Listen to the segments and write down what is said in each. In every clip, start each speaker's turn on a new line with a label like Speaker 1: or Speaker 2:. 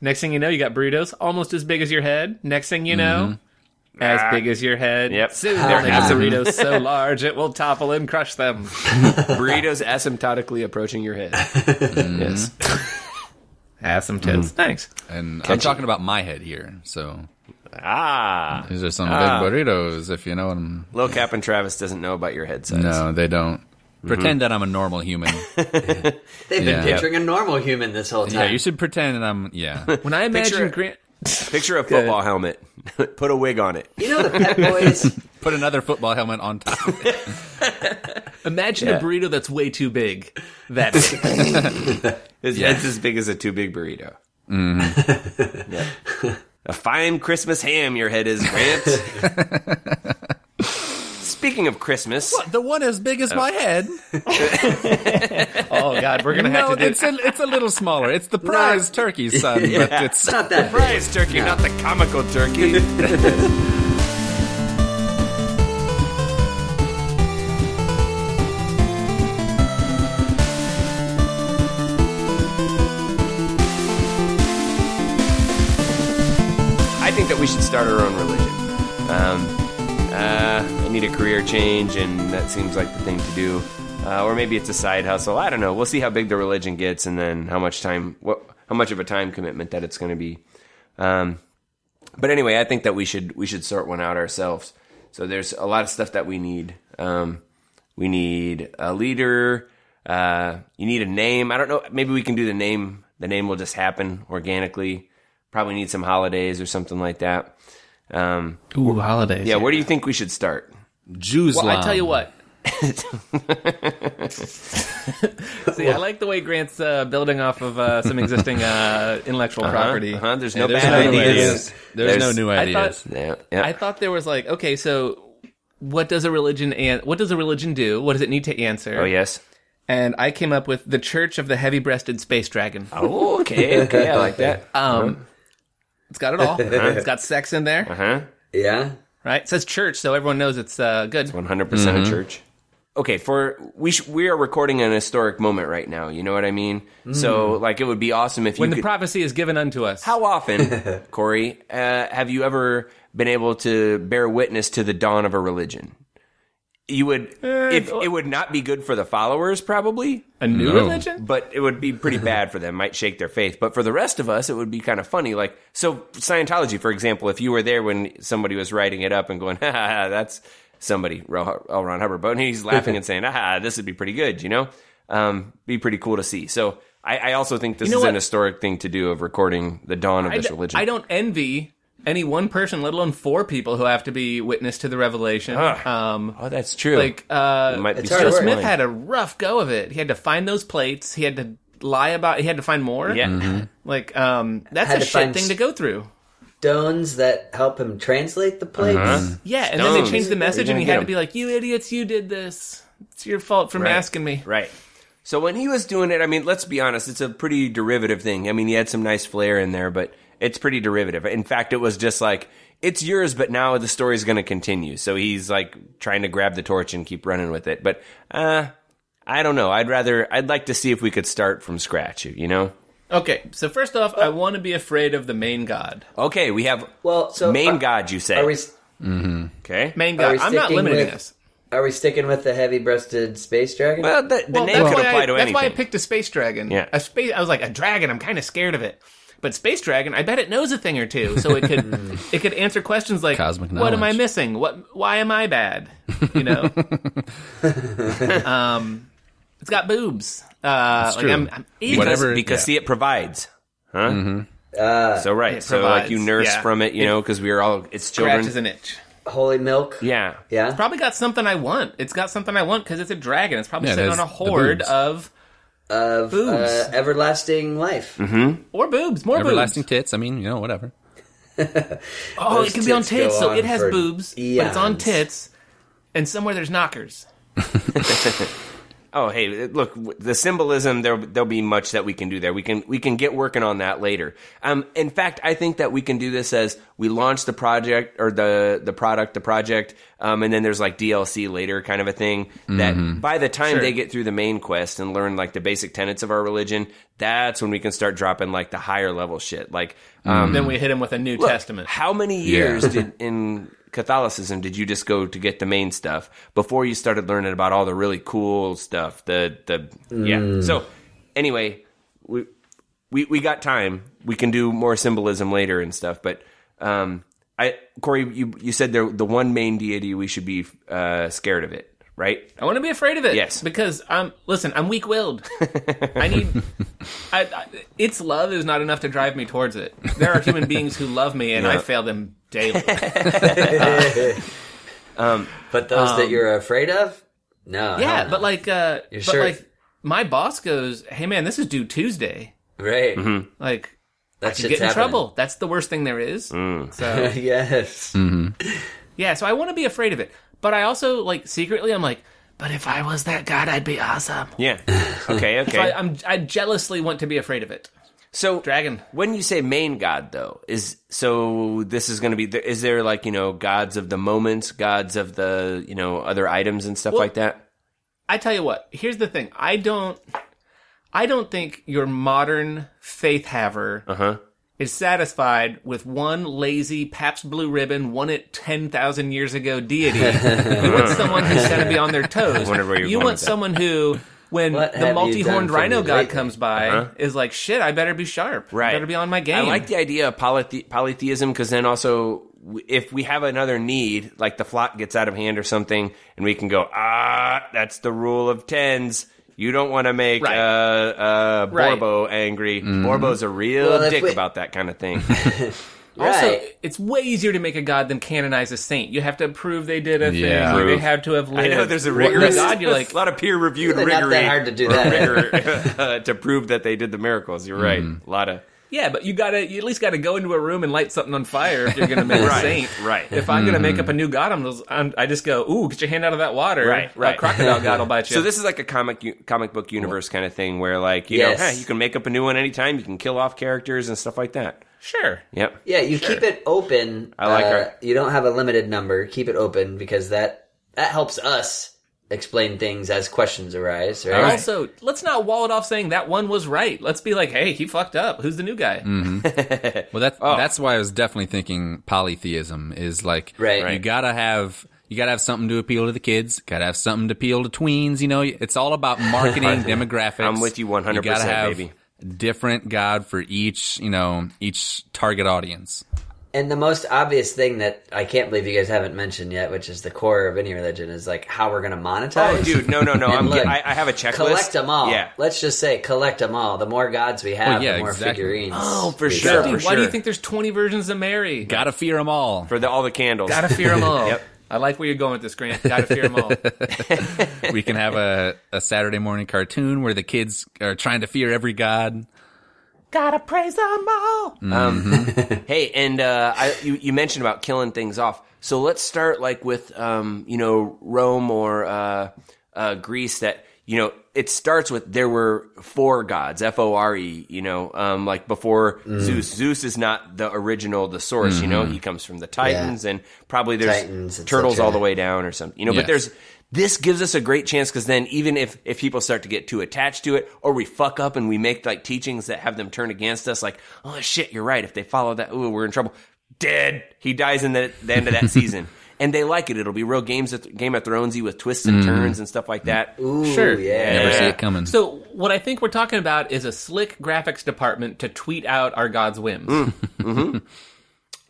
Speaker 1: Next thing you know, you got burritos almost as big as your head. Next thing you know, as
Speaker 2: Ah.
Speaker 1: big as your head.
Speaker 2: Yep.
Speaker 1: Soon
Speaker 2: They're
Speaker 1: they'll make
Speaker 2: massive.
Speaker 1: burritos so large it will topple and crush them.
Speaker 3: Burritos asymptotically approaching your head. Mm-hmm. yes.
Speaker 1: Have some tits. Thanks.
Speaker 4: And I'm talking about my head here. So
Speaker 3: Mm-hmm.
Speaker 2: Ah,
Speaker 4: these are some big burritos, if you know what I'm.
Speaker 3: Lil Cap and Travis doesn't know about your head size.
Speaker 4: No, they don't. Pretend that I'm a normal human.
Speaker 5: They've
Speaker 4: Yeah.
Speaker 5: been picturing a normal human this whole
Speaker 4: yeah,
Speaker 5: time.
Speaker 4: you should pretend that I'm. Yeah.
Speaker 1: When I
Speaker 3: Picture
Speaker 1: imagine
Speaker 3: it.
Speaker 1: Grant.
Speaker 3: Picture a football helmet. Put a wig on it.
Speaker 5: You know the Pet Boys.
Speaker 4: Put another football helmet on top. of it.
Speaker 1: Imagine
Speaker 3: Yeah.
Speaker 1: a burrito that's way too big. That big.
Speaker 3: His head's as big as a too big burrito. Mm-hmm. Yeah. A fine Christmas ham your head is, Grant. Speaking of Christmas,
Speaker 4: the one as big as my head.
Speaker 1: oh God, we're gonna have
Speaker 4: No,
Speaker 1: to do.
Speaker 4: it's a, it's a little smaller. It's the prize turkey, son. But it's
Speaker 5: Not that big.
Speaker 3: prize turkey, not the comical turkey. I think that we should start our own religion. Um, uh, I need a career change, and that seems like the thing to do. Uh, or maybe it's a side hustle. I don't know. We'll see how big the religion gets, and then how much time, what, how much of a time commitment that it's going to be. Um, but anyway, I think that we should we should sort one out ourselves. So there's a lot of stuff that we need. Um, we need a leader. Uh, you need a name. I don't know. Maybe we can do the name. The name will just happen organically. Probably need some holidays or something like that. Um,
Speaker 1: Ooh, holidays.
Speaker 3: yeah. Where do you think we should start?
Speaker 4: Jews.
Speaker 1: Well, I tell you what. See, I like the way Grant's uh, building off of uh, some existing uh, intellectual
Speaker 2: Uh-huh.
Speaker 1: property.
Speaker 3: Huh? Huh? There's no
Speaker 4: there's
Speaker 3: bad
Speaker 4: no new
Speaker 3: ideas.
Speaker 4: ideas. There's, no
Speaker 3: There's-
Speaker 4: new
Speaker 1: I
Speaker 4: ideas.
Speaker 1: thought
Speaker 3: Yeah, yeah.
Speaker 1: I thought there was like, okay, so what does a religion and what does a religion do? What does it need to answer?
Speaker 3: oh yes.
Speaker 1: And I came up with the Church of the Heavy-breasted Space Dragon.
Speaker 3: Oh, okay. Okay. I like that.
Speaker 1: Um, it's got it all. It's got sex in there,
Speaker 3: Huh?
Speaker 5: Yeah.
Speaker 1: right? It says church, so everyone knows it's uh, good.
Speaker 3: One hundred percent a church. Okay, for we sh- we are recording an historic moment right now. You know what I mean? So like, it would be awesome if you
Speaker 1: Mm. When the
Speaker 3: could-
Speaker 1: prophecy is given unto us,
Speaker 3: How often, Corey, uh, have you ever been able to bear witness to the dawn of a religion? You would,
Speaker 1: Uh,
Speaker 3: if it would not be good for the followers, probably,
Speaker 1: a new
Speaker 4: No.
Speaker 1: religion?
Speaker 3: but it would be pretty bad for them. Might shake their faith, but for the rest of us, it would be kind of funny. Like so, Scientology, for example, if you were there when somebody was writing it up and going, "Ha ha, ha, that's somebody, Ro- L. Ron Hubbard," but he's laughing and saying, "Ha ha, this would be pretty good," you know, um, be pretty cool to see. So. I, I also think this
Speaker 1: know
Speaker 3: is an
Speaker 1: what?
Speaker 3: historic thing to do of recording the dawn of
Speaker 1: I,
Speaker 3: this
Speaker 1: d-
Speaker 3: religion.
Speaker 1: I don't envy any one person, let alone four people who have to be witness to the revelation.
Speaker 3: Ugh.
Speaker 1: Um,
Speaker 3: Oh, that's true.
Speaker 1: like uh,
Speaker 3: It might be
Speaker 5: It's hard
Speaker 1: Joe
Speaker 5: work.
Speaker 1: Smith
Speaker 3: spoiling.
Speaker 1: had a rough go of it. He had to find those plates. He had to lie about. He had to find more.
Speaker 3: yeah.
Speaker 1: like um, that's
Speaker 5: Had
Speaker 1: a
Speaker 5: to
Speaker 1: shit
Speaker 5: find
Speaker 1: thing
Speaker 5: s-
Speaker 1: to go through.
Speaker 5: Stones that help him translate the plates. Mm.
Speaker 1: Yeah, and then they
Speaker 3: Stones.
Speaker 1: changed the
Speaker 3: You're
Speaker 1: message,
Speaker 3: gonna
Speaker 1: and he
Speaker 3: get
Speaker 1: had
Speaker 3: 'em.
Speaker 1: to be like, "You idiots, you did this. It's your fault for masking me."
Speaker 3: Right. So when he was doing it, I mean, let's be honest, it's a pretty derivative thing. I mean, he had some nice flair in there, but it's pretty derivative. In fact, it was just like it's yours, but now the story's going to continue. So he's like trying to grab the torch and keep running with it. But uh, I don't know. I'd rather. I'd like to see if we could start from scratch. You know?
Speaker 1: Okay, so first off, I want to be afraid of the main god.
Speaker 3: Okay, we have
Speaker 5: Well, so
Speaker 3: main
Speaker 1: uh,
Speaker 5: are-
Speaker 3: god. You say
Speaker 5: Are we
Speaker 3: okay?
Speaker 1: Main
Speaker 5: Are
Speaker 1: god.
Speaker 5: we
Speaker 1: I'm not
Speaker 5: sticking
Speaker 1: limiting
Speaker 5: with-
Speaker 1: this.
Speaker 5: are we sticking with the heavy-breasted space dragon?
Speaker 3: well, the, the
Speaker 1: Well,
Speaker 3: name
Speaker 1: that's
Speaker 3: could
Speaker 1: why
Speaker 3: apply
Speaker 1: I,
Speaker 3: to
Speaker 1: that's
Speaker 3: anything.
Speaker 1: why I picked a space dragon.
Speaker 3: Yeah.
Speaker 1: a space. I was like a dragon. I'm kind of scared of it, but space dragon. I bet it knows a thing or two, so it could it could answer questions like,
Speaker 4: Cosmic
Speaker 1: "What am I
Speaker 4: knowledge.
Speaker 1: missing? What? Why am I bad? You know." um, it's got boobs. Uh, like
Speaker 4: true.
Speaker 1: I'm, I'm eating-
Speaker 3: because,
Speaker 4: Whatever-
Speaker 3: because
Speaker 4: yeah.
Speaker 3: see it provides huh so right
Speaker 1: Uh, It
Speaker 3: so like you
Speaker 1: provides,
Speaker 3: nurse
Speaker 1: yeah.
Speaker 3: from it you know because we are all it's children
Speaker 1: scratches an itch.
Speaker 5: Holy milk.
Speaker 3: yeah
Speaker 5: Yeah.
Speaker 1: Probably got something I want. It's got something I want because it's a dragon. It's probably
Speaker 4: Yeah,
Speaker 1: sitting
Speaker 4: there's
Speaker 1: on a
Speaker 4: the
Speaker 1: horde
Speaker 4: boobs.
Speaker 1: of
Speaker 5: Of
Speaker 1: boobs.
Speaker 5: uh, everlasting life.
Speaker 1: or boobs, more
Speaker 4: Everlasting
Speaker 1: boobs.
Speaker 4: tits. I mean, you know, whatever.
Speaker 1: Oh, it
Speaker 5: Those
Speaker 1: can be on
Speaker 5: tits go
Speaker 1: tits, so
Speaker 5: on
Speaker 1: it has
Speaker 5: for
Speaker 1: boobs, but it's on
Speaker 5: eons.
Speaker 1: tits, and somewhere there's knockers.
Speaker 3: oh hey look w- the symbolism there there'll be much that we can do there we can we can get working on that later um in fact i think that we can do this as we launch the project or the the product the project um and then there's like dlc later kind of a thing that by the time they get through the main quest and learn like the basic tenets of our religion that's when we can start dropping like the higher level shit like
Speaker 4: Mm.
Speaker 3: um
Speaker 1: then we hit him with a New Testament.
Speaker 3: how many years did in Catholicism did you just go to get the main stuff before you started learning about all the really cool stuff? The the yeah. So anyway, we we we got time. We can do more symbolism later and stuff. But um, I Corey, you you said there the one main deity we should be uh, scared of it, right?
Speaker 1: I want to be afraid of it.
Speaker 3: Yes.
Speaker 1: because I'm listen. I'm weak willed. I need. I, I, its love is not enough to drive me towards it. There are human beings who love me, and I fail them daily.
Speaker 5: But those that you're afraid of? No.
Speaker 1: yeah, but like, uh, but
Speaker 5: sure-
Speaker 1: like, my boss goes, "Hey, man, this is due Tuesday."
Speaker 5: Right.
Speaker 1: Like,
Speaker 5: That
Speaker 1: you
Speaker 5: shit's
Speaker 1: get in
Speaker 5: happening.
Speaker 1: trouble. That's the worst thing there is. So
Speaker 5: yes.
Speaker 1: yeah, so I want to be afraid of it, but I also like secretly, I'm like, but if I was that god, I'd be awesome.
Speaker 3: Yeah. Okay. Okay.
Speaker 1: I, I'm I jealously want to be afraid of it.
Speaker 3: So
Speaker 1: Dragon.
Speaker 3: when you say main god though, is so this is going to be there- is there like you know gods of the moments, gods of the you know other items and stuff like that?
Speaker 1: I tell you what, here's the thing. I don't I don't think your modern faith haver
Speaker 3: Uh-huh.
Speaker 1: is satisfied with one lazy Pabst Blue Ribbon, one at 10,000 years ago deity. you want someone who's going to be on their toes.
Speaker 3: wonder where you're
Speaker 1: you
Speaker 3: going
Speaker 1: want
Speaker 3: with that.
Speaker 1: someone who, when
Speaker 5: What have
Speaker 1: the
Speaker 5: you
Speaker 1: multi
Speaker 5: done
Speaker 1: horned
Speaker 5: for
Speaker 1: rhino
Speaker 5: me
Speaker 1: god
Speaker 5: lately?
Speaker 1: comes by, is like, shit, I better be sharp. I
Speaker 3: Uh-huh. Right.
Speaker 1: better be on my game.
Speaker 3: I like the idea of polythe- polytheism because then also w- if we have another need, like the flock gets out of hand or something, and we can go ah, that's the rule of tens. You don't want to make
Speaker 1: Right.
Speaker 3: uh, uh,
Speaker 1: Right.
Speaker 3: Borbo angry. Borbo's a real
Speaker 5: Mm-hmm. Well, if
Speaker 3: dick
Speaker 5: we-
Speaker 3: about that kind of thing.
Speaker 1: Also,
Speaker 5: Right.
Speaker 1: it's way easier to make a god than canonize a saint. You have to prove they did a
Speaker 4: Yeah.
Speaker 1: thing. They
Speaker 3: Prove.
Speaker 1: have to have lived.
Speaker 3: I know there's a
Speaker 1: Well,
Speaker 3: rigorous
Speaker 1: god. You're like,
Speaker 3: a lot of peer reviewed
Speaker 5: Really not that hard to do that.
Speaker 3: uh, to prove that they did the miracles. You're right. A lot of
Speaker 1: Yeah, but you gotta you at least gotta go into a room and light something on fire if you're gonna make a
Speaker 3: Right,
Speaker 1: saint.
Speaker 3: right.
Speaker 1: If I'm gonna make up a
Speaker 4: Mm-hmm.
Speaker 1: new god, I'm, I'm I just go, ooh, get your hand out of that water.
Speaker 3: Right,
Speaker 1: A
Speaker 3: right.
Speaker 1: crocodile god will bite you.
Speaker 3: so this is like a comic u- comic book universe kind of thing where like you
Speaker 5: Yes.
Speaker 3: know hey, you can make up a new one anytime. You can kill off characters and stuff like that.
Speaker 1: sure.
Speaker 3: Yep.
Speaker 5: Yeah, you keep it open.
Speaker 3: I like
Speaker 5: uh,
Speaker 3: her.
Speaker 5: You don't have a limited number. Keep it open because that that helps us explain things as questions arise. Right?
Speaker 1: Also, let's not wall it off saying that one was right. Let's be like, hey, he fucked up. Who's the new guy?
Speaker 3: Mm,
Speaker 4: Well, that's that's why I was definitely thinking polytheism is like
Speaker 5: Right.
Speaker 4: You
Speaker 5: Right.
Speaker 4: gotta have you gotta have something to appeal to the kids. Gotta have something to appeal to tweens. You know, it's all about marketing demographics.
Speaker 3: I'm with you 100%,
Speaker 4: gotta have
Speaker 3: baby.
Speaker 4: Different god for each you know each target audience.
Speaker 5: And the most obvious thing that I can't believe you guys haven't mentioned yet, which is the core of any religion, is like how we're going to monetize.
Speaker 3: Oh, dude, no, no, no. I'm,
Speaker 5: look,
Speaker 3: I, I have a checklist.
Speaker 5: Collect them all.
Speaker 3: Yeah.
Speaker 5: Let's just say collect them all. The more gods we have,
Speaker 4: Well, yeah,
Speaker 5: the more
Speaker 4: exactly.
Speaker 5: figurines.
Speaker 3: Oh, for
Speaker 5: we
Speaker 3: sure,
Speaker 5: sell.
Speaker 1: Dude,
Speaker 3: for
Speaker 1: why do you
Speaker 3: sure.
Speaker 1: think there's 20 versions of Mary?
Speaker 4: Gotta fear them all.
Speaker 3: For the, all the candles.
Speaker 1: Gotta fear them all.
Speaker 3: Yep.
Speaker 1: I like where you're going with this, Grant. Gotta fear them all.
Speaker 4: we can have a, a Saturday morning cartoon where the kids are trying to fear every god.
Speaker 1: Gotta praise them all.
Speaker 3: Um, Hey, and uh, I, you, you mentioned about killing things off. So let's start like with um, you know Rome or uh, uh, Greece. That you know it starts with there were four gods, F O R E. You know, um, like before Zeus. Zeus is not the original, the source. You know, he comes from the Titans, and probably there's
Speaker 5: Titans, et
Speaker 3: turtles
Speaker 5: cetera.
Speaker 3: all the way down or something. You know, but
Speaker 4: Yes.
Speaker 3: there's this gives us a great chance because then even if if people start to get too attached to it or we fuck up and we make like teachings that have them turn against us like oh shit you're right if they follow that ooh we're in trouble dead he dies in the, the end of that season and they like it it'll be real games of, game of thronesy with twists and turns and stuff like that
Speaker 5: Ooh,
Speaker 1: Sure.
Speaker 5: Yeah.
Speaker 4: Never see it coming.
Speaker 1: So what I think we're talking about is a slick graphics department to tweet out our God's whims.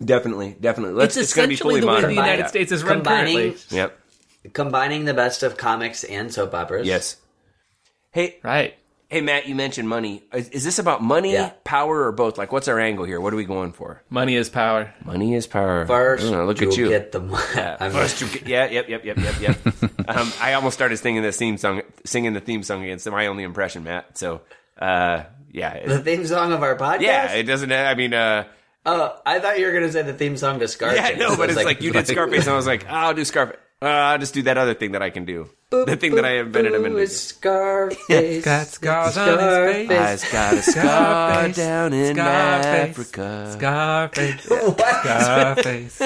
Speaker 3: definitely definitely let's
Speaker 1: it's,
Speaker 3: it's, gonna be
Speaker 1: essentially
Speaker 3: fully
Speaker 1: the way the
Speaker 3: modern
Speaker 1: United
Speaker 5: Yeah.
Speaker 1: States is run
Speaker 5: Combining-
Speaker 1: currently.
Speaker 3: yep
Speaker 5: Combining the best of comics and soap operas.
Speaker 3: yes hey
Speaker 1: Right.
Speaker 3: hey matt you mentioned money is, is this about money
Speaker 5: Yeah.
Speaker 3: power or both like what's our angle here what are we going for
Speaker 1: Money is power.
Speaker 3: money is power
Speaker 5: First,
Speaker 3: Mm, look
Speaker 5: you
Speaker 3: at you
Speaker 5: get the mo- I'm-
Speaker 3: First you get, yeah, yep, yep, yep, yep, yep. um, I almost started singing this theme song, singing the theme song against my only impression, Matt. So, uh, yeah,
Speaker 5: the
Speaker 3: it,
Speaker 5: theme song of our podcast.
Speaker 3: yeah, it doesn't. I mean, uh,
Speaker 5: Oh, I thought you were going to say the theme song to Scarface.
Speaker 3: yeah, no,
Speaker 5: I
Speaker 3: but
Speaker 5: was
Speaker 3: it's like, you did Scarface, and I was like, I'll do Scarface. Uh, Uh, I'll just do that other thing that I can do. the thing that I invented a minute
Speaker 5: Ooh,
Speaker 3: ago.
Speaker 5: it's Scarface.
Speaker 4: Got scars on his
Speaker 5: Scarface.
Speaker 4: face.
Speaker 3: I's got a scar
Speaker 4: Scarface,
Speaker 3: down in
Speaker 4: Scarface,
Speaker 3: Africa.
Speaker 4: Scarface,
Speaker 5: What?
Speaker 4: Scarface,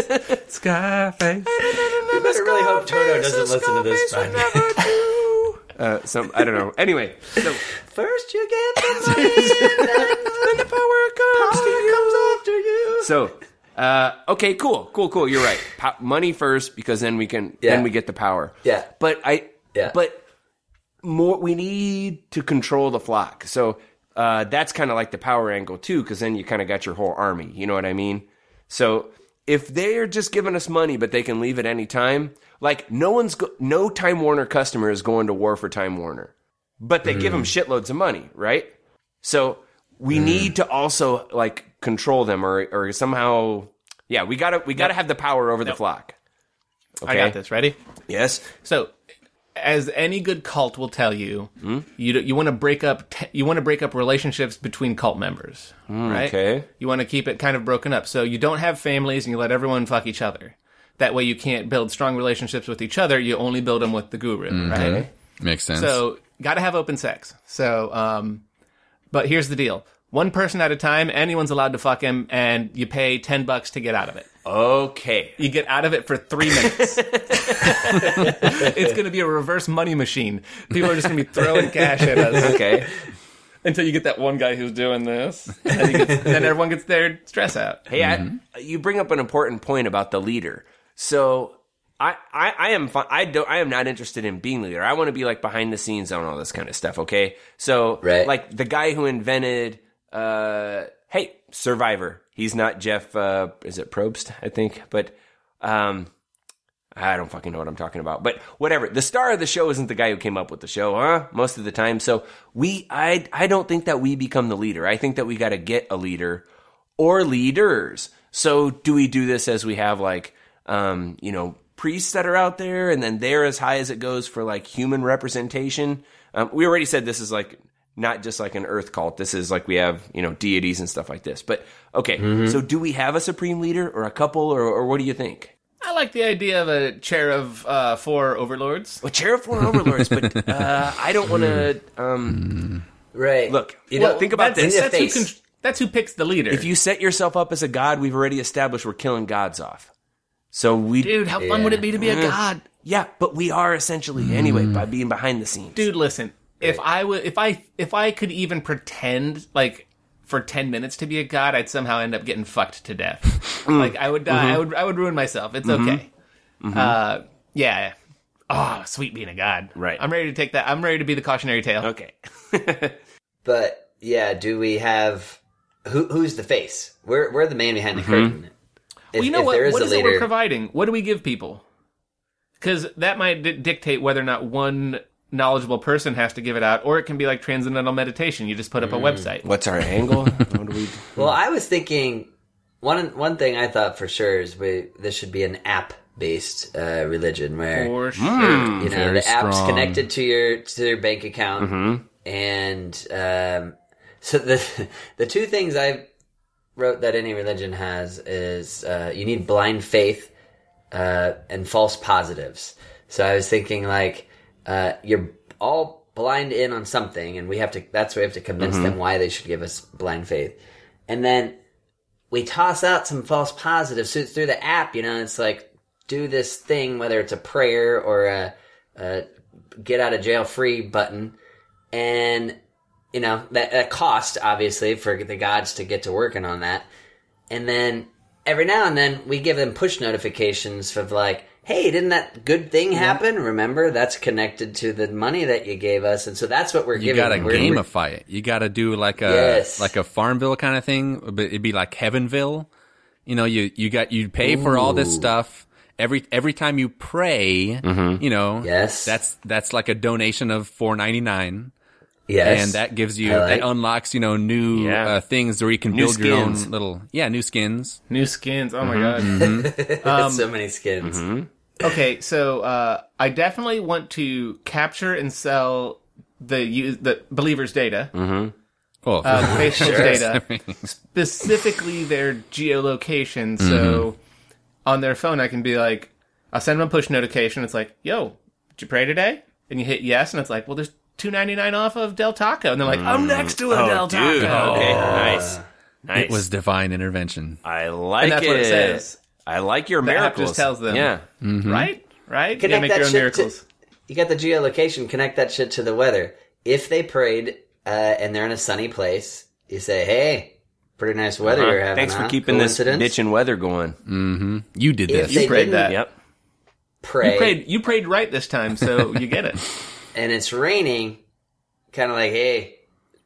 Speaker 4: Scarface.
Speaker 5: I really hope Toto doesn't listen to this. podcast.
Speaker 3: Uh, some I don't know. Anyway, so
Speaker 5: First you get the money, and then when the power comes, to you. after you.
Speaker 3: so uh, okay, cool, cool, cool. You're right. Po- money first because then we can
Speaker 5: Yeah.
Speaker 3: then we get the power.
Speaker 5: Yeah.
Speaker 3: But I
Speaker 5: Yeah.
Speaker 3: but more we need to control the flock. So uh, that's kind of like the power angle too because then you kind of got your whole army. You know what I mean? So if they're just giving us money but they can leave at any time, like no one's go- no Time Warner customer is going to war for Time Warner. but they give 'em give them shitloads of money, right? So we need to also like control them or or somehow, yeah, we gotta we gotta have the power over the flock.
Speaker 1: I got this. Ready?
Speaker 3: Yes.
Speaker 1: So, as any good cult will tell you, you do- you want to break up t- you want to break up relationships between cult members, right?
Speaker 3: okay.
Speaker 1: You want to keep it kind of broken up, so you don't have families and you let everyone fuck each other. That way, you can't build strong relationships with each other. You only build them with the guru, right?
Speaker 4: Makes sense.
Speaker 1: So, got to have open sex. So, um, but here's the deal: one person at a time. Anyone's allowed to fuck him, and you pay ten bucks to get out of it.
Speaker 3: Okay.
Speaker 1: You get out of it for three minutes. it's going to be a reverse money machine. People are just going to be throwing cash at us
Speaker 3: Okay.
Speaker 1: until you get that one guy who's doing this. And then, he gets, and then everyone gets their stress out.
Speaker 3: Hey, I, you bring up an important point about the leader. So I, I, I am fi- I don't I am not interested in being leader. I want to be like behind the scenes on all this kind of stuff. Okay, so
Speaker 5: Right.
Speaker 3: like the guy who invented uh hey Survivor. He's not Jeff. Uh, is it Probst? I think, but um. I don't fucking know what I'm talking about, but whatever. The star of the show isn't the guy who came up with the show, huh? Most of the time. So we, I, I don't think that we become the leader. I think that we got to get a leader or leaders. So do we do this as we have like, um, you know, priests that are out there and then they're as high as it goes for like human representation? Um, we already said this is like not just like an earth cult. This is like we have, you know, deities and stuff like this. But okay. So do we have a supreme leader or a couple or, or what do you think?
Speaker 1: I like the idea of a chair of uh, four overlords.
Speaker 3: Well, chair of foreign overlords, but uh, I don't want to. Um,
Speaker 5: Right.
Speaker 3: look,
Speaker 5: You know,
Speaker 3: well, think about
Speaker 1: that's,
Speaker 3: this.
Speaker 1: That's who,
Speaker 5: face.
Speaker 1: con- that's who picks the leader.
Speaker 3: If you set yourself up as a god, we've already established we're killing gods off. So we,
Speaker 1: Dude, how fun would it be to be a god?
Speaker 3: yeah, but we are essentially anyway by being behind the scenes.
Speaker 1: Dude, listen. If I would, if I, if I could even pretend like for ten minutes to be a god, I'd somehow end up getting fucked to death.
Speaker 5: Mm.
Speaker 1: like I would die. I
Speaker 5: Mm-hmm.
Speaker 1: would, I would ruin myself. It's okay. Uh, yeah. Oh, sweet being a god.
Speaker 3: Right.
Speaker 1: I'm ready to take that. I'm ready to be the cautionary tale.
Speaker 3: Okay,
Speaker 5: But yeah, do we have who? Who's the face? We're we're the man behind
Speaker 3: Mm-hmm.
Speaker 5: the curtain. If,
Speaker 1: well, you know
Speaker 5: if
Speaker 1: what?
Speaker 5: there is
Speaker 1: What
Speaker 5: a
Speaker 1: is it we're
Speaker 5: leader,
Speaker 1: providing? What do we give people? Because that might di- dictate whether or not one knowledgeable person has to give it out, or it can be like transcendental meditation. You just put up
Speaker 5: Mm.
Speaker 1: a website.
Speaker 3: what's our angle? what do we?
Speaker 5: well, I was thinking one one thing I thought for sure is we this should be an app based uh, religion where
Speaker 1: For sure.
Speaker 5: you know
Speaker 4: Very
Speaker 5: the app's
Speaker 4: strong. Mm-hmm.
Speaker 5: connected to your to your bank account and um so the the two things i wrote that any religion has is uh you need blind faith uh and false positives so i was thinking like uh you're all blind in on something and we have to that's why we have to convince
Speaker 4: Mm-hmm.
Speaker 5: them why they should give us blind faith and then we toss out some false positives through, through the app. You know, it's like do this thing, whether it's a prayer or a, a get out of jail free button, and you know that, that cost obviously for the gods to get to working on that. And then every now and then we give them push notifications of like, hey, didn't that good thing happen? Remember, that's connected to the money that you gave us, and so that's what we're
Speaker 4: you
Speaker 5: giving.
Speaker 4: gotta
Speaker 5: We're- we're-
Speaker 4: gamify it. You gotta do like a
Speaker 5: Yes.
Speaker 4: like a Farmville kind of thing, but it'd be like Heavenville. You know, you you got you pay for all this stuff every every time you pray. You know,
Speaker 5: Mm-hmm. Yes.
Speaker 4: that's that's like a donation of four ninety nine.
Speaker 5: yes,
Speaker 4: and that gives you
Speaker 5: I like-
Speaker 4: that unlocks you know new
Speaker 3: Yeah.
Speaker 4: uh, things where you can
Speaker 3: New
Speaker 4: build your own
Speaker 3: skins.
Speaker 4: little yeah new skins.
Speaker 1: New skins. Oh my
Speaker 5: Mm-hmm.
Speaker 1: god.
Speaker 4: um,
Speaker 5: so many
Speaker 4: Mm-hmm.
Speaker 5: skins.
Speaker 1: Okay, so uh, I definitely want to capture and sell the u- the believers' data,
Speaker 5: Mm-hmm.
Speaker 4: Well,
Speaker 1: uh, Facebook's data,
Speaker 5: Mm-hmm.
Speaker 1: specifically their geolocation. So on their phone, I can be like, I'll send them a push notification. It's like, yo, did you pray today? And you hit yes, and it's like, well, there's two ninety nine off of Del Taco, and they're like, "Oh, I'm
Speaker 5: Mm.
Speaker 1: next to a Del Taco.
Speaker 3: Oh,
Speaker 1: Oh.
Speaker 3: Dude, okay, nice, nice.
Speaker 4: It was divine intervention.
Speaker 3: I like
Speaker 1: And that's
Speaker 3: it.
Speaker 1: what it says.
Speaker 3: I like your
Speaker 1: app
Speaker 3: miracles.
Speaker 1: just tells them.
Speaker 3: Yeah.
Speaker 1: Right? Right? You gotta
Speaker 5: Connect
Speaker 1: make
Speaker 5: that
Speaker 1: your own
Speaker 5: shit to-
Speaker 1: miracles.
Speaker 5: you got the geolocation. Connect that shit to the weather. If they prayed uh, and they're in a sunny place, you say, "Hey, pretty nice weather
Speaker 4: Uh-huh.
Speaker 3: Huh?
Speaker 5: you're having."
Speaker 3: Thanks for
Speaker 5: huh?
Speaker 3: keeping this
Speaker 5: Coincidence?"
Speaker 3: bitchin' weather going.
Speaker 4: Mm-hmm. You did
Speaker 5: If
Speaker 4: this.
Speaker 5: they
Speaker 1: You prayed
Speaker 5: didn't
Speaker 1: that.
Speaker 3: Yep.
Speaker 5: Pray,
Speaker 1: You prayed you prayed right this time, so you get it.
Speaker 5: and it's raining, kind of like, "Hey,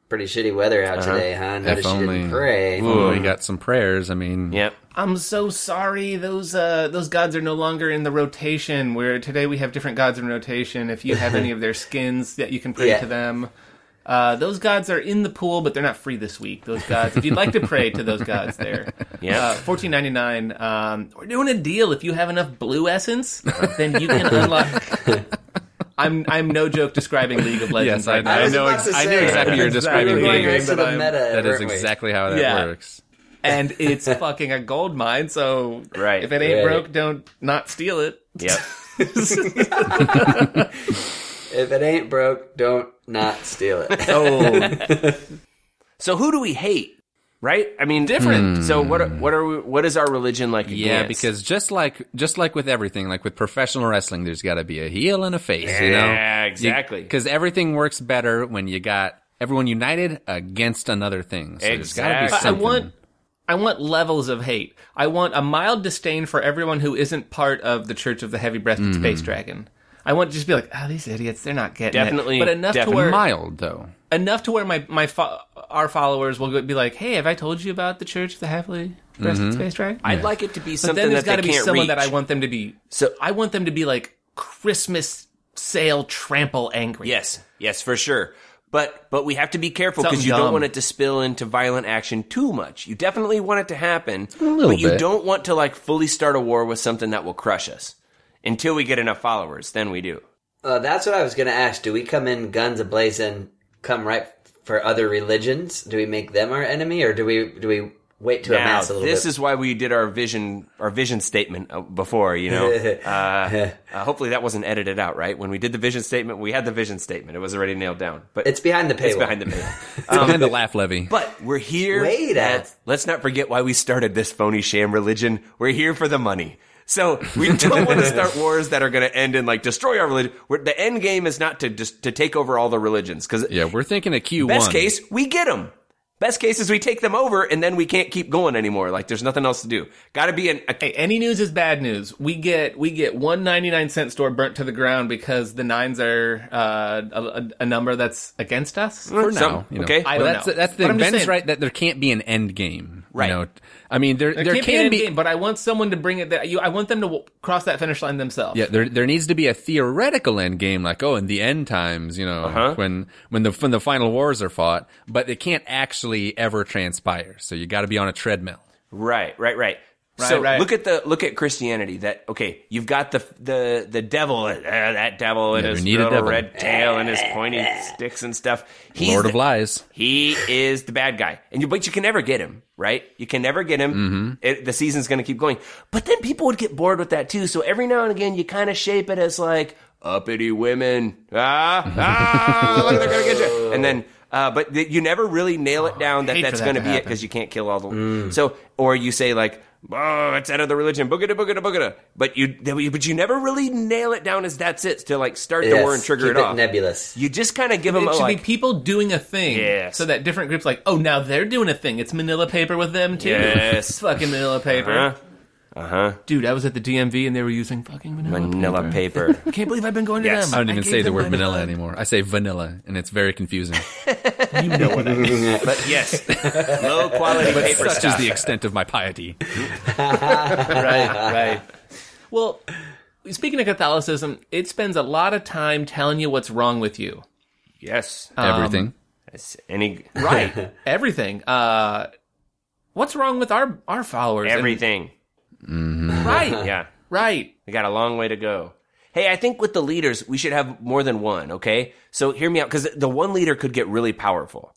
Speaker 5: pretty shitty weather out today, huh?" Notice
Speaker 4: if
Speaker 5: you
Speaker 4: Uh-huh. only
Speaker 5: didn't pray.
Speaker 4: Well, we got some prayers. I mean,
Speaker 3: Yep.
Speaker 1: I'm so sorry. Those uh, those gods are no longer in the rotation. Where today we have different gods in rotation. If you have any of their skins that you can pray
Speaker 5: Yeah.
Speaker 1: to them, uh, those gods are in the pool, but they're not free this week. Those gods, if you'd like to pray to those gods, there,
Speaker 3: Yeah.
Speaker 1: uh, fourteen ninety nine. Um, we're doing a deal. If you have enough blue essence, then you can unlock. I'm I'm no joke describing League of Legends.
Speaker 4: Yes, I
Speaker 1: right
Speaker 4: know.
Speaker 1: now.
Speaker 4: I,
Speaker 5: was
Speaker 4: know.
Speaker 5: about
Speaker 4: Ex-
Speaker 5: to
Speaker 4: I
Speaker 5: say.
Speaker 4: knew exactly you're
Speaker 1: Exactly.
Speaker 4: describing.
Speaker 1: We were
Speaker 5: We're
Speaker 1: going
Speaker 4: League.
Speaker 5: going right
Speaker 1: game,
Speaker 5: to
Speaker 1: but
Speaker 5: the
Speaker 1: I'm-
Speaker 5: meta.
Speaker 4: That is
Speaker 5: weren't we?
Speaker 4: exactly how that
Speaker 1: Yeah.
Speaker 4: works.
Speaker 1: and it's fucking a gold mine. So
Speaker 3: Right.
Speaker 1: if it ain't
Speaker 5: Right.
Speaker 1: broke, don't not steal it.
Speaker 3: Yep.
Speaker 5: If it ain't broke, don't not steal it.
Speaker 3: so who do we hate? Right? I mean, different. So what?
Speaker 4: Hmm.
Speaker 3: Are, what are we? What is our religion like?
Speaker 4: Yeah,
Speaker 3: against?
Speaker 4: because just like just like with everything, like with professional wrestling, there's got to be a heel and a face. you know?
Speaker 3: Yeah, exactly.
Speaker 4: Because everything works better when you got everyone united against another thing. So there's gotta be
Speaker 3: Exactly.
Speaker 1: I
Speaker 4: something.
Speaker 1: want I want levels of hate. I want a mild disdain for everyone who isn't part of the Church of the Heavy Breasted Space
Speaker 3: Mm-hmm.
Speaker 1: Dragon. I want to just be like, oh, these idiots, they're not getting it."
Speaker 3: Definitely-
Speaker 1: But enough
Speaker 3: definitely
Speaker 1: to where
Speaker 4: mild though.
Speaker 1: enough to where my my fo- our followers will be like, hey, have I told you about the Church of the Heavy Breasted Space Dragon?
Speaker 3: I'd like it to
Speaker 1: but
Speaker 3: be Mm-hmm. something
Speaker 1: then there's got
Speaker 3: that they
Speaker 1: to be
Speaker 3: can't
Speaker 1: someone
Speaker 3: reach.
Speaker 1: that I want them to be.
Speaker 3: So-
Speaker 1: I want them to be like Christmas sale trample angry.
Speaker 3: Yes, yes, for sure. But but we have to be careful because
Speaker 1: Something
Speaker 3: you don't
Speaker 1: dumb.
Speaker 3: want it to spill into violent action too much. You definitely want it to happen,
Speaker 4: little
Speaker 3: but you
Speaker 4: bit.
Speaker 3: don't want to like fully start a war with something that will crush us. Until we get enough followers, then we do.
Speaker 5: Uh, that's what I was going to ask. Do we come in guns a blazing, come right for other religions? Do we make them our enemy, or do we do we wait to
Speaker 3: Now,
Speaker 5: amass a little
Speaker 3: this
Speaker 5: bit?
Speaker 3: is why we did our vision our vision statement uh, before. You know, uh, uh, hopefully that wasn't edited out, right? When we did the vision statement, we had the vision statement. It was already nailed down, but
Speaker 5: it's behind the paywall.
Speaker 3: it's behind the paywall.
Speaker 4: It's behind the laugh levy.
Speaker 3: But we're here.
Speaker 5: Wait a-
Speaker 3: let's, let's not forget why we started this phony sham religion. We're here for the money. So we don't want to start wars that are going to end in like destroy our religion. We're, the end game is not to just to take over all the religions because
Speaker 4: Yeah, we're thinking a Q one.
Speaker 3: best case we get them. Best case is we take them over and then we can't keep going anymore. Like there's nothing else to do. Got to be an a,
Speaker 1: Hey, any news is bad news. We get we get one ninety nine cent store burnt to the ground because the nines are uh, a, a- a number that's against us.
Speaker 4: for now.
Speaker 3: some-
Speaker 4: you know.
Speaker 3: okay. I
Speaker 1: don't
Speaker 4: that's
Speaker 1: know.
Speaker 4: that's the
Speaker 1: But I'm
Speaker 4: thing.
Speaker 1: just
Speaker 4: Ben's
Speaker 1: saying-
Speaker 4: right that there can't be an end game.
Speaker 3: Right.
Speaker 4: You know? I mean, there there,
Speaker 1: There can't be,
Speaker 4: can be.
Speaker 1: an end game, but I want someone to bring it. That you, I want them to w- cross that finish line themselves.
Speaker 4: Yeah, there there needs to be a theoretical end game, like oh, in the end times, you know, when when the when the final wars are fought, but it can't actually ever transpire. So you got to be on a treadmill.
Speaker 3: Right, right, right. so
Speaker 1: right.
Speaker 3: look at the look at Christianity. That okay, you've got the the the devil, uh, that devil and
Speaker 4: Yeah, we
Speaker 3: his
Speaker 4: need a
Speaker 3: little
Speaker 4: devil.
Speaker 3: red tail and his pointy sticks and stuff. He's
Speaker 4: Lord
Speaker 3: the-
Speaker 4: of Lies.
Speaker 3: He is the bad guy, and you, but you can never get him, right? You can never get him.
Speaker 1: Mm-hmm.
Speaker 3: It, the season's going to keep going, but then people would get bored with that too. So every now and again, you kind of shape it as like uppity women, ah, ah, look, they're going to get you, and then. Uh, but th- you never really nail it down that
Speaker 1: Oh, hate for
Speaker 3: that's
Speaker 1: that
Speaker 3: going to
Speaker 1: to
Speaker 3: be it
Speaker 1: happen. Mm.
Speaker 3: because you can't kill all the. So, or you say like, "Oh, it's out of the religion, boogada, boogada, boogada," but you, but you never really nail it down as that's it to like start the
Speaker 5: Yes,
Speaker 3: war and trigger
Speaker 5: keep
Speaker 3: it off.
Speaker 5: nebulous.
Speaker 3: You just kind of give them
Speaker 1: It
Speaker 3: a
Speaker 1: should
Speaker 3: like,
Speaker 1: be people doing a thing,
Speaker 3: Yes.
Speaker 1: so that different groups like, oh, now they're doing a thing. It's Manila paper with them too.
Speaker 3: Yes.
Speaker 1: fucking Manila paper,
Speaker 3: huh?
Speaker 1: dude. I was at the DMV and they were using fucking Manila.
Speaker 3: Manila paper.
Speaker 1: I can't believe I've been going to
Speaker 3: Yes.
Speaker 1: them.
Speaker 4: I don't even
Speaker 1: gave
Speaker 4: say the
Speaker 1: them
Speaker 4: word vanilla anymore. I say vanilla, and it's very confusing.
Speaker 3: But yes, low quality paper
Speaker 4: Such is
Speaker 3: stuff.
Speaker 4: the extent of my piety.
Speaker 1: right, right. Well, speaking of Catholicism, it spends a lot of time telling you what's wrong with you.
Speaker 3: yes,
Speaker 4: Everything.
Speaker 3: That's any
Speaker 1: Right. Everything. Uh, what's wrong with our our followers? And-
Speaker 3: everything.
Speaker 1: right.
Speaker 3: Yeah,
Speaker 1: Right.
Speaker 3: we got a long way to go. Hey, I think with the leaders, we should have more than one. Okay, so hear me out because the one leader could get really powerful.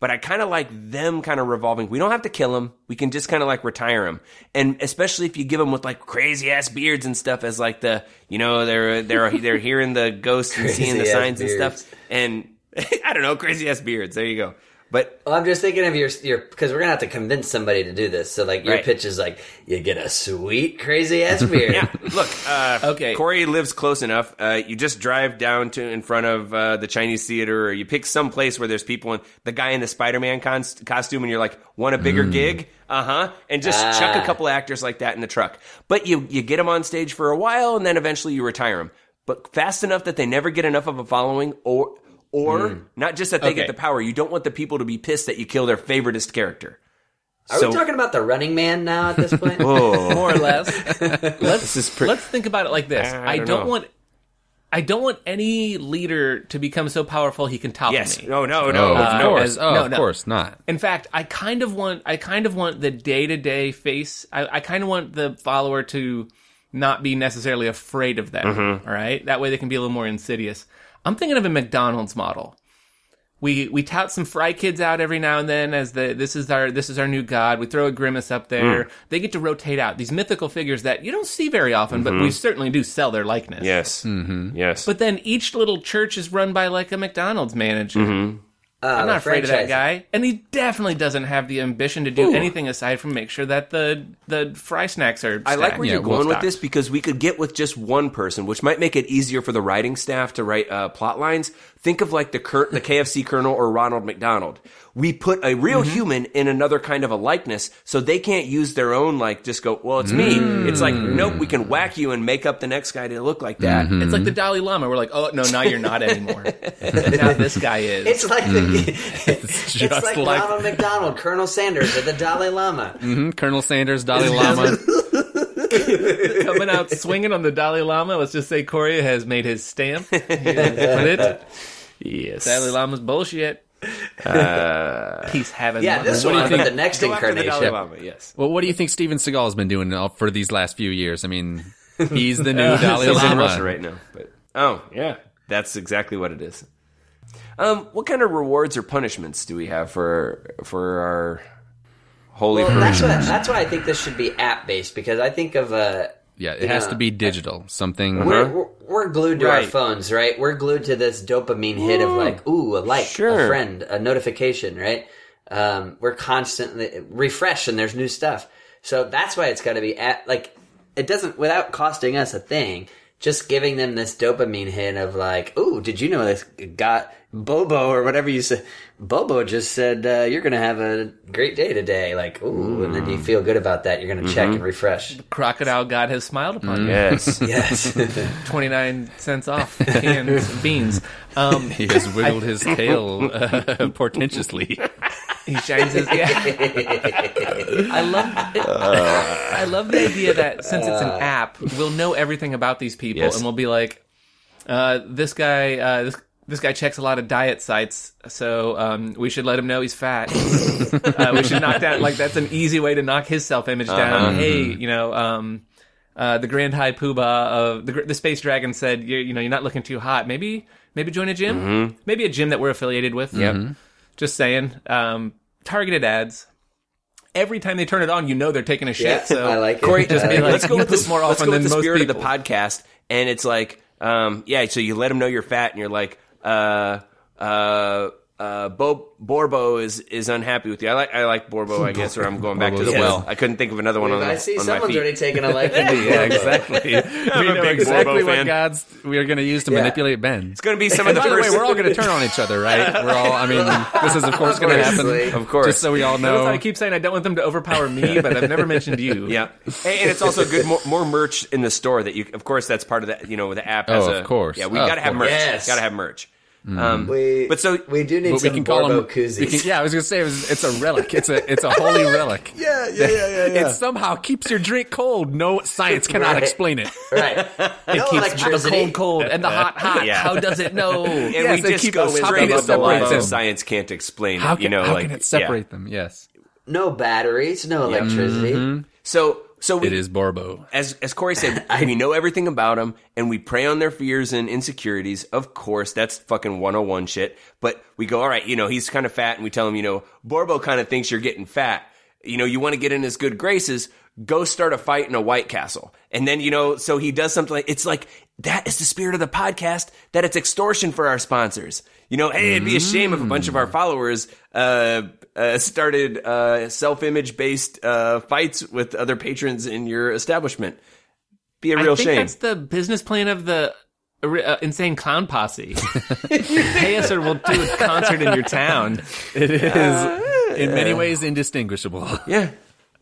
Speaker 3: but I kind of like them kind of revolving. We don't have to kill them. We can just kind of like retire them. And especially if you give them with like crazy ass beards and stuff as like the, you know, they're, they're, they're hearing the ghosts and seeing the
Speaker 5: Crazy-ass
Speaker 3: signs and
Speaker 5: beards.
Speaker 3: stuff. And I don't know, crazy ass beards. There you go. But
Speaker 5: Well, I'm just thinking of your your because we're gonna have to convince somebody to do this. So like your
Speaker 3: Right.
Speaker 5: pitch is like you get a sweet crazy ass beard.
Speaker 3: yeah, look, uh,
Speaker 1: Okay.
Speaker 3: Corey lives close enough. Uh, you just drive down to in front of uh, the Chinese theater, or you pick some place where there's people, and the guy in the Spider-Man cons- costume, and you're like, "Want a bigger gig?" Uh huh. And just chuck a couple actors like that in the truck. But you you get them on stage for a while, and then eventually you retire them. But fast enough that they never get enough of a following, or or not just that they get
Speaker 1: Okay.
Speaker 3: the power. You don't want the people to be pissed that you kill their favoriteest character.
Speaker 5: Are
Speaker 3: So-
Speaker 5: we talking about the Running Man now at this point? Uh,
Speaker 3: Oh,
Speaker 1: more or less. let's
Speaker 3: is pretty-
Speaker 1: let's think about it like this.
Speaker 3: I
Speaker 1: I,
Speaker 3: don't
Speaker 1: don't,
Speaker 3: know.
Speaker 1: want I don't want any leader to become so powerful he can top
Speaker 3: yes.
Speaker 1: me.
Speaker 3: No, no, no.
Speaker 4: of
Speaker 1: Oh, no,
Speaker 4: course.
Speaker 1: as-
Speaker 4: oh,
Speaker 1: no,
Speaker 4: of
Speaker 1: no.
Speaker 4: course not.
Speaker 1: In fact, I kind of want I kind of want the day to day face. I, I kind of want the follower to not be necessarily afraid of them. all right, that way they can be a little more insidious. I'm thinking of a McDonald's model. We we tout some fry kids out every now and then as the this is our this is our new god. We throw a grimace up there. They get to rotate out these mythical figures that you don't see very often, but we certainly do sell their likeness.
Speaker 3: Yes. Mm-hmm. Yes.
Speaker 1: But then each little church is run by like a McDonald's manager.
Speaker 5: Uh,
Speaker 1: I'm not
Speaker 5: the
Speaker 1: afraid of that
Speaker 5: franchising.
Speaker 1: guy, and he definitely doesn't have the ambition to do anything aside from make sure that the the fry snacks are.
Speaker 3: I like
Speaker 1: stacked.
Speaker 3: where
Speaker 4: Yeah,
Speaker 3: you're
Speaker 4: well
Speaker 3: going with
Speaker 1: stocked.
Speaker 3: this because we could get with just one person, which might make it easier for the writing staff to write uh, plot lines. Think of like the cur- the KFC Colonel or Ronald McDonald. We put a real
Speaker 4: Mm-hmm.
Speaker 3: human in another kind of a likeness, so they can't use their own. Like, just go. Well, it's me. It's like,
Speaker 4: Mm.
Speaker 3: nope. We can whack you and make up the next guy to look like that.
Speaker 4: Mm-hmm.
Speaker 1: It's like the Dalai Lama. We're like, oh no, now you're not anymore. now this guy is.
Speaker 5: It's like the, it's,
Speaker 4: just
Speaker 5: like,
Speaker 4: like-
Speaker 5: Ronald McDonald, Colonel Sanders, or the Dalai Lama.
Speaker 3: Mm.
Speaker 4: Hmm, Colonel Sanders, Dalai Lama.
Speaker 1: coming out swinging on the Dalai Lama. Let's just say Corey has made his stamp. He has put it.
Speaker 3: Yes.
Speaker 1: Dalai Lama's bullshit. Uh, Peace, heaven.
Speaker 5: Yeah, this
Speaker 4: do you
Speaker 5: one, but
Speaker 4: think?
Speaker 5: the next
Speaker 3: Go after the
Speaker 5: incarnation.
Speaker 3: Dalai Lama. Yes.
Speaker 4: well, what do you think Steven Seagal's been doing all- for these last few years? I mean, he's the new Dalai
Speaker 3: He's in
Speaker 4: Lama.
Speaker 3: Russia right now. But oh yeah, that's exactly what it is. Um, what kind of rewards or punishments do we have for for our holy
Speaker 5: Well,
Speaker 3: person?
Speaker 5: that's why that's why I think this should be app based because I think of uh,
Speaker 4: Yeah, it has
Speaker 5: Yeah. Uh-huh.
Speaker 4: to be digital. Something.
Speaker 5: we're, we're we're glued to
Speaker 3: Right. Mm,
Speaker 5: our phones, right? We're glued to this dopamine hit of like, ooh, a like,
Speaker 3: Sure.
Speaker 5: a friend, a notification, right? Um, we're constantly refresh and there's new stuff. So that's why it's got to be at like it doesn't without costing us a thing. Just giving them this dopamine hit of like, ooh, did you know this got Bobo or whatever you said? Bobo just said uh, you're gonna have a great day today. Like, ooh,
Speaker 3: Mm.
Speaker 5: and then you feel good about that. You're gonna check
Speaker 3: Mm-hmm.
Speaker 5: and refresh.
Speaker 1: Crocodile God has smiled upon you.
Speaker 3: Yes.
Speaker 5: Yes.
Speaker 1: 29 cents off canned beans. Um,
Speaker 4: He has wiggled his tail uh, portentously.
Speaker 1: He shines his yeah. I love it. I love the idea that since it's an app, we'll know everything about these people,
Speaker 3: Yes.
Speaker 1: and we'll be like, uh, this guy, uh, this this guy checks a lot of diet sites, so um, we should let him know he's fat. uh, we should knock down like that's an easy way to knock his self image down. Hey, you know. Um, uh, the Grand High Poobah of the, gr- the Space Dragon said, you, you know, you're not looking too hot. Maybe, maybe join a gym. Maybe a gym that we're affiliated with. Yep. Just saying. Um, targeted ads. Every time they turn it on, you know they're taking a shit.
Speaker 5: Yeah,
Speaker 1: so
Speaker 5: I like it.
Speaker 1: Corey, just be
Speaker 5: Uh,
Speaker 1: like,
Speaker 3: let's go
Speaker 1: you
Speaker 3: with
Speaker 1: poop
Speaker 3: this
Speaker 1: more
Speaker 3: more let's
Speaker 1: often
Speaker 3: go
Speaker 1: than
Speaker 3: with the
Speaker 1: most
Speaker 3: spirit
Speaker 1: people.
Speaker 3: of the podcast and it's like um yeah so you let them know you're fat and you're like uh uh uh, Bo- Borbo is is unhappy with you. I like I like Borbo, I guess, or I'm going back to the
Speaker 4: Borbo's
Speaker 3: well.
Speaker 4: yes.
Speaker 3: I couldn't think of another one on,
Speaker 5: I
Speaker 3: the,
Speaker 5: see
Speaker 3: on my
Speaker 5: someone's
Speaker 3: feet.
Speaker 5: already taken a liking to you.
Speaker 4: yeah, exactly. we
Speaker 3: a
Speaker 4: know
Speaker 3: big
Speaker 4: exactly
Speaker 3: Borbo
Speaker 4: what
Speaker 3: fan.
Speaker 4: gods we are going to use to manipulate Ben.
Speaker 3: It's going to be some of
Speaker 4: And
Speaker 3: the
Speaker 4: by the way,
Speaker 3: first.
Speaker 4: we're all going to turn on each other, right? We're all. I mean, this is of course going to
Speaker 5: Obviously.
Speaker 4: happen.
Speaker 3: Of course.
Speaker 4: Just so we all
Speaker 1: Notice how I
Speaker 4: know.
Speaker 1: keep saying I don't want them to overpower me, but I've never mentioned you.
Speaker 3: yeah, and, and it's also good more, more merch in the store that you. Of course, that's part of the you know the app. has
Speaker 4: Oh,
Speaker 3: a-
Speaker 4: of course.
Speaker 3: Yeah, we
Speaker 4: Of
Speaker 3: got to have
Speaker 4: course. Mm-hmm.
Speaker 3: merch.
Speaker 5: Yes.
Speaker 3: Got to have merch. Um,
Speaker 5: We,
Speaker 3: but so
Speaker 5: we do need
Speaker 4: But
Speaker 5: some
Speaker 4: we can call
Speaker 5: Borbo
Speaker 4: them.
Speaker 5: koozies.
Speaker 4: we can- yeah, I was going to say it was, it's a relic. It's a it's a holy relic.
Speaker 5: yeah, yeah, yeah, yeah.
Speaker 4: It somehow keeps your drink cold. No science cannot
Speaker 5: Right.
Speaker 4: explain it.
Speaker 5: right. no
Speaker 1: The
Speaker 5: electricity.
Speaker 1: cold, cold, and the hot, hot.
Speaker 3: Yeah.
Speaker 1: How does it know?
Speaker 3: and
Speaker 4: Yes,
Speaker 3: we
Speaker 4: they
Speaker 3: just
Speaker 4: keep
Speaker 3: go
Speaker 4: us hopping
Speaker 3: straight
Speaker 4: above
Speaker 3: into the
Speaker 4: the
Speaker 3: lines
Speaker 4: line.
Speaker 3: of science can't explain.
Speaker 4: How
Speaker 3: it,
Speaker 4: can,
Speaker 3: you know,
Speaker 4: how
Speaker 3: like
Speaker 4: can it
Speaker 3: yeah.
Speaker 4: separate them? Yes.
Speaker 5: Mm-hmm. No batteries. No electricity.
Speaker 3: So So we,
Speaker 4: It is Borbo.
Speaker 3: as as Corey said, we know everything about them, and we prey on their fears and insecurities. Of course, that's fucking 101 shit. But we go, all right, you know, he's kind of fat, and we tell him, you know, Borbo kind of thinks you're getting fat. You know, you want to get in his good graces. Go start a fight in a White Castle, and then you know. So he does something. like It's like that is the spirit of the podcast. That it's extortion for our sponsors. You know, hey, it'd be a shame if a bunch
Speaker 1: Mm.
Speaker 3: of our followers uh, uh, started uh, self-image based uh, fights with other patrons in your establishment. Be a real
Speaker 1: I think
Speaker 3: shame.
Speaker 1: that's the business plan of the uh, insane clown posse. Pay us or we'll do a concert in your town.
Speaker 4: It is in many ways indistinguishable.
Speaker 3: yeah,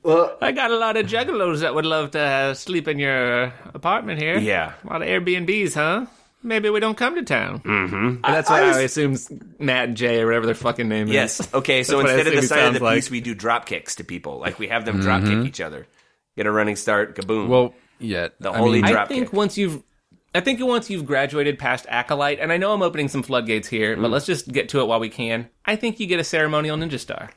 Speaker 5: Well,
Speaker 1: I got a lot of juggalos that would love to uh, sleep in your apartment here.
Speaker 3: Yeah.
Speaker 1: A lot of Airbnbs, huh? Maybe we don't come to town. Mm-hmm. that's
Speaker 5: I-
Speaker 1: why
Speaker 5: I
Speaker 1: I,
Speaker 5: was-
Speaker 1: assume Matt and Jay or whatever their fucking name is.
Speaker 3: yes. Okay, so
Speaker 1: That's what I
Speaker 3: instead of the
Speaker 1: assume
Speaker 3: side
Speaker 1: it
Speaker 3: of the
Speaker 1: sounds Mm-hmm.
Speaker 3: piece, we do drop kicks to people. Like we have them drop kick each other, get a running start, kaboom.
Speaker 4: Well, yeah.
Speaker 3: the
Speaker 4: I
Speaker 3: holy
Speaker 4: mean,
Speaker 3: drop
Speaker 1: I think
Speaker 3: kick.
Speaker 1: once you've, I think once you've graduated past acolyte, and I know I'm opening some floodgates here,
Speaker 3: Mm.
Speaker 1: but let's just get to it while we can. I think you get a ceremonial ninja star.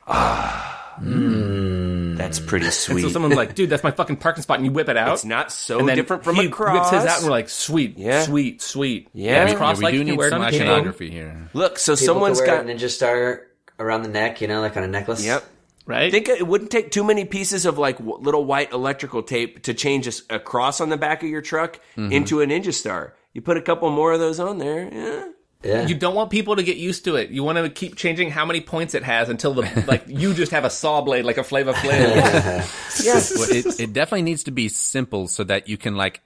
Speaker 3: That's pretty sweet.
Speaker 1: So someone's like, "Dude, that's my fucking parking spot," and you whip it out.
Speaker 3: Oh, it's not so
Speaker 1: and then
Speaker 3: different from
Speaker 1: he
Speaker 3: a cross.
Speaker 1: Whips his out, and we're like, "Sweet,
Speaker 3: Yeah.
Speaker 1: sweet, sweet."
Speaker 3: Yeah.
Speaker 1: And
Speaker 3: Yeah,
Speaker 4: yeah,
Speaker 1: cross
Speaker 4: we
Speaker 1: like
Speaker 4: do
Speaker 1: you can
Speaker 4: need
Speaker 1: wear it
Speaker 4: some
Speaker 1: on cable.
Speaker 4: iconography here.
Speaker 3: Look, so
Speaker 5: people
Speaker 3: someone's
Speaker 5: could wear
Speaker 3: got.
Speaker 5: a ninja star around the neck, you know, like on a necklace.
Speaker 3: Yep.
Speaker 1: right?
Speaker 3: I think it wouldn't take too many pieces of like w- little white electrical tape to change a, s- a cross on the back of your truck into a ninja star. You put a couple more of those on there. Yeah.
Speaker 5: Yeah.
Speaker 1: you don't want people to get used to it. You want to keep changing how many points it has until the like you just have a saw blade like a Flava Flav.
Speaker 4: Well, it, it definitely needs to be simple so that you can like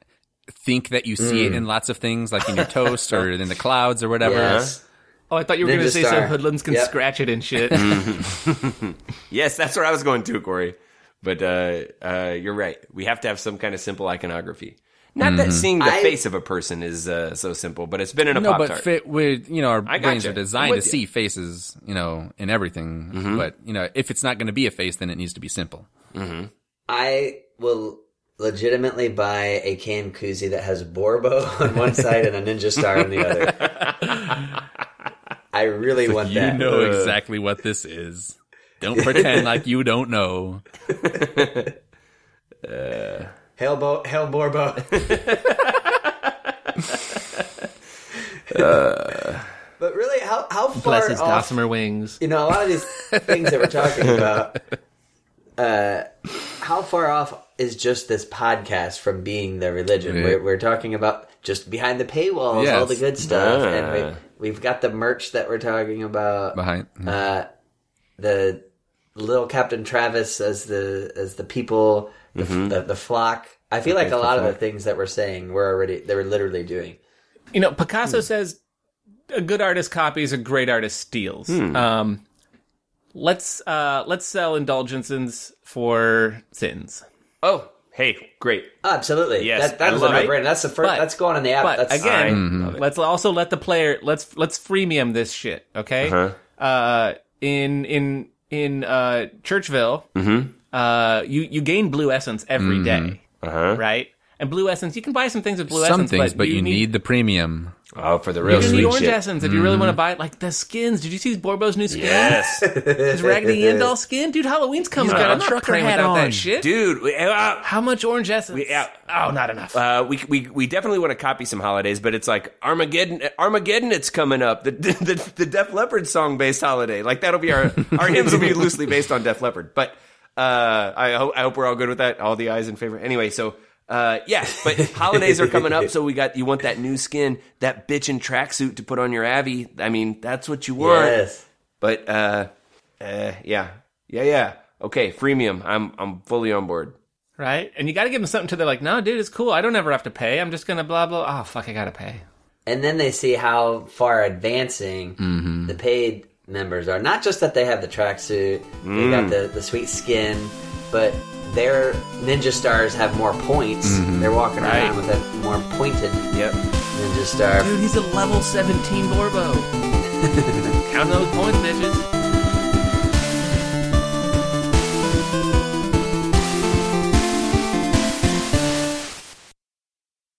Speaker 4: think that you see
Speaker 3: Mm.
Speaker 4: it in lots of things, like in your toast or in the clouds or whatever.
Speaker 5: Yes.
Speaker 1: oh, I thought you were going
Speaker 5: Ninja
Speaker 1: to say so
Speaker 5: star.
Speaker 1: hoodlums can
Speaker 5: Yep.
Speaker 1: scratch it and shit.
Speaker 3: Mm. Yes, that's where I was going to, Corey. But uh, uh, you're right. We have to have some kind of simple iconography. Not that seeing the
Speaker 5: I-
Speaker 3: face of a person is uh, so simple, but it's been in a
Speaker 4: No,
Speaker 3: pop
Speaker 4: but
Speaker 3: tart.
Speaker 4: fit with you know our
Speaker 3: I
Speaker 4: brains
Speaker 3: gotcha.
Speaker 4: are
Speaker 3: I'm
Speaker 4: designed to
Speaker 3: with Mm-hmm.
Speaker 4: see faces, you know, in everything. But you know, if it's not going to be a face, then it needs to be simple.
Speaker 5: I will legitimately buy a cam koozie that has Borbo on one side and a ninja star on the other. I really want
Speaker 4: You
Speaker 5: that.
Speaker 4: know exactly what this is. Don't pretend like you don't know.
Speaker 5: Hail, Bo- Hail Borbo. but really, how, how far
Speaker 1: Bless his
Speaker 5: off
Speaker 1: gossamer wings.
Speaker 5: you know a lot of these things that we're talking about uh how far off is just this podcast from being the religion we're, we're talking about just behind the paywalls all
Speaker 4: Yes.
Speaker 5: the good stuff and
Speaker 3: Ah.
Speaker 5: we, we've got the merch that we're talking about
Speaker 4: Behind
Speaker 5: uh the little captain travis as the as the people the, the, the flock i feel like a lot of the things that we're saying we're already they were literally doing
Speaker 1: You know, Picasso
Speaker 3: Hmm.
Speaker 1: says a good artist copies, a great artist steals.
Speaker 3: Hmm.
Speaker 1: Um, let's uh, let's sell indulgences for sins.
Speaker 3: oh, hey, great.
Speaker 5: absolutely
Speaker 3: Yes,
Speaker 5: that,
Speaker 3: I
Speaker 5: that was a
Speaker 3: love it.
Speaker 5: no-brainer that's the first
Speaker 1: But-
Speaker 5: that's going on the app
Speaker 1: But
Speaker 5: that's
Speaker 1: again,
Speaker 3: I love it.
Speaker 1: let's also let the player let's let's freemium this shit, okay?
Speaker 3: Uh-huh.
Speaker 1: uh in in in uh Churchville,
Speaker 3: Mm-hmm.
Speaker 1: uh you you gain blue essence every day,
Speaker 3: Uh-huh.
Speaker 1: right? And blue essence, you can buy some things with blue
Speaker 4: some
Speaker 1: essence,
Speaker 4: things,
Speaker 1: but,
Speaker 4: but you, need, the premium.
Speaker 3: Oh, for the real
Speaker 1: you need
Speaker 3: sweet
Speaker 1: orange
Speaker 3: shit.
Speaker 1: essence if you really want to buy it. Like the skins. Did you see Borbo's new skin?
Speaker 3: Yes,
Speaker 1: His Raggedy Yandel skin, dude. Halloween's coming.
Speaker 4: got
Speaker 1: up.
Speaker 4: a
Speaker 1: I'm not
Speaker 4: trucker
Speaker 1: praying
Speaker 4: hat
Speaker 1: without
Speaker 4: on.
Speaker 1: that shit.
Speaker 3: dude. we- uh,
Speaker 1: How much orange essence?
Speaker 3: yeah.
Speaker 1: Oh, not enough.
Speaker 3: uh, we, we we definitely want to copy some holidays, but it's like Armageddon. Armageddon, it's coming up. The the, the Def Leppard song based holiday, like that'll be our our hymns will be loosely based on Def Leppard. But uh, I hope I hope we're all good with that. All the eyes in favor. Anyway, so uh, yeah, but holidays are coming up, so we got you want that new skin, that bitchin' tracksuit to put on your Abby. I mean, that's what you want.
Speaker 5: yes
Speaker 3: But uh, uh, yeah, yeah, yeah. Okay, freemium. I'm I'm fully on board.
Speaker 1: right? And you got to give them something to. They're like, no, dude, it's cool. I don't ever have to pay. I'm just gonna blah blah. Oh fuck, I gotta pay.
Speaker 5: and then they see how far advancing the paid members are. Not just that they have the tracksuit, they got the, the sweet skin, but their ninja stars have more points. They're walking around with a more pointed
Speaker 3: Yep.
Speaker 5: ninja star.
Speaker 1: Dude, he's a level 17 Borbo. Count those points, bitches.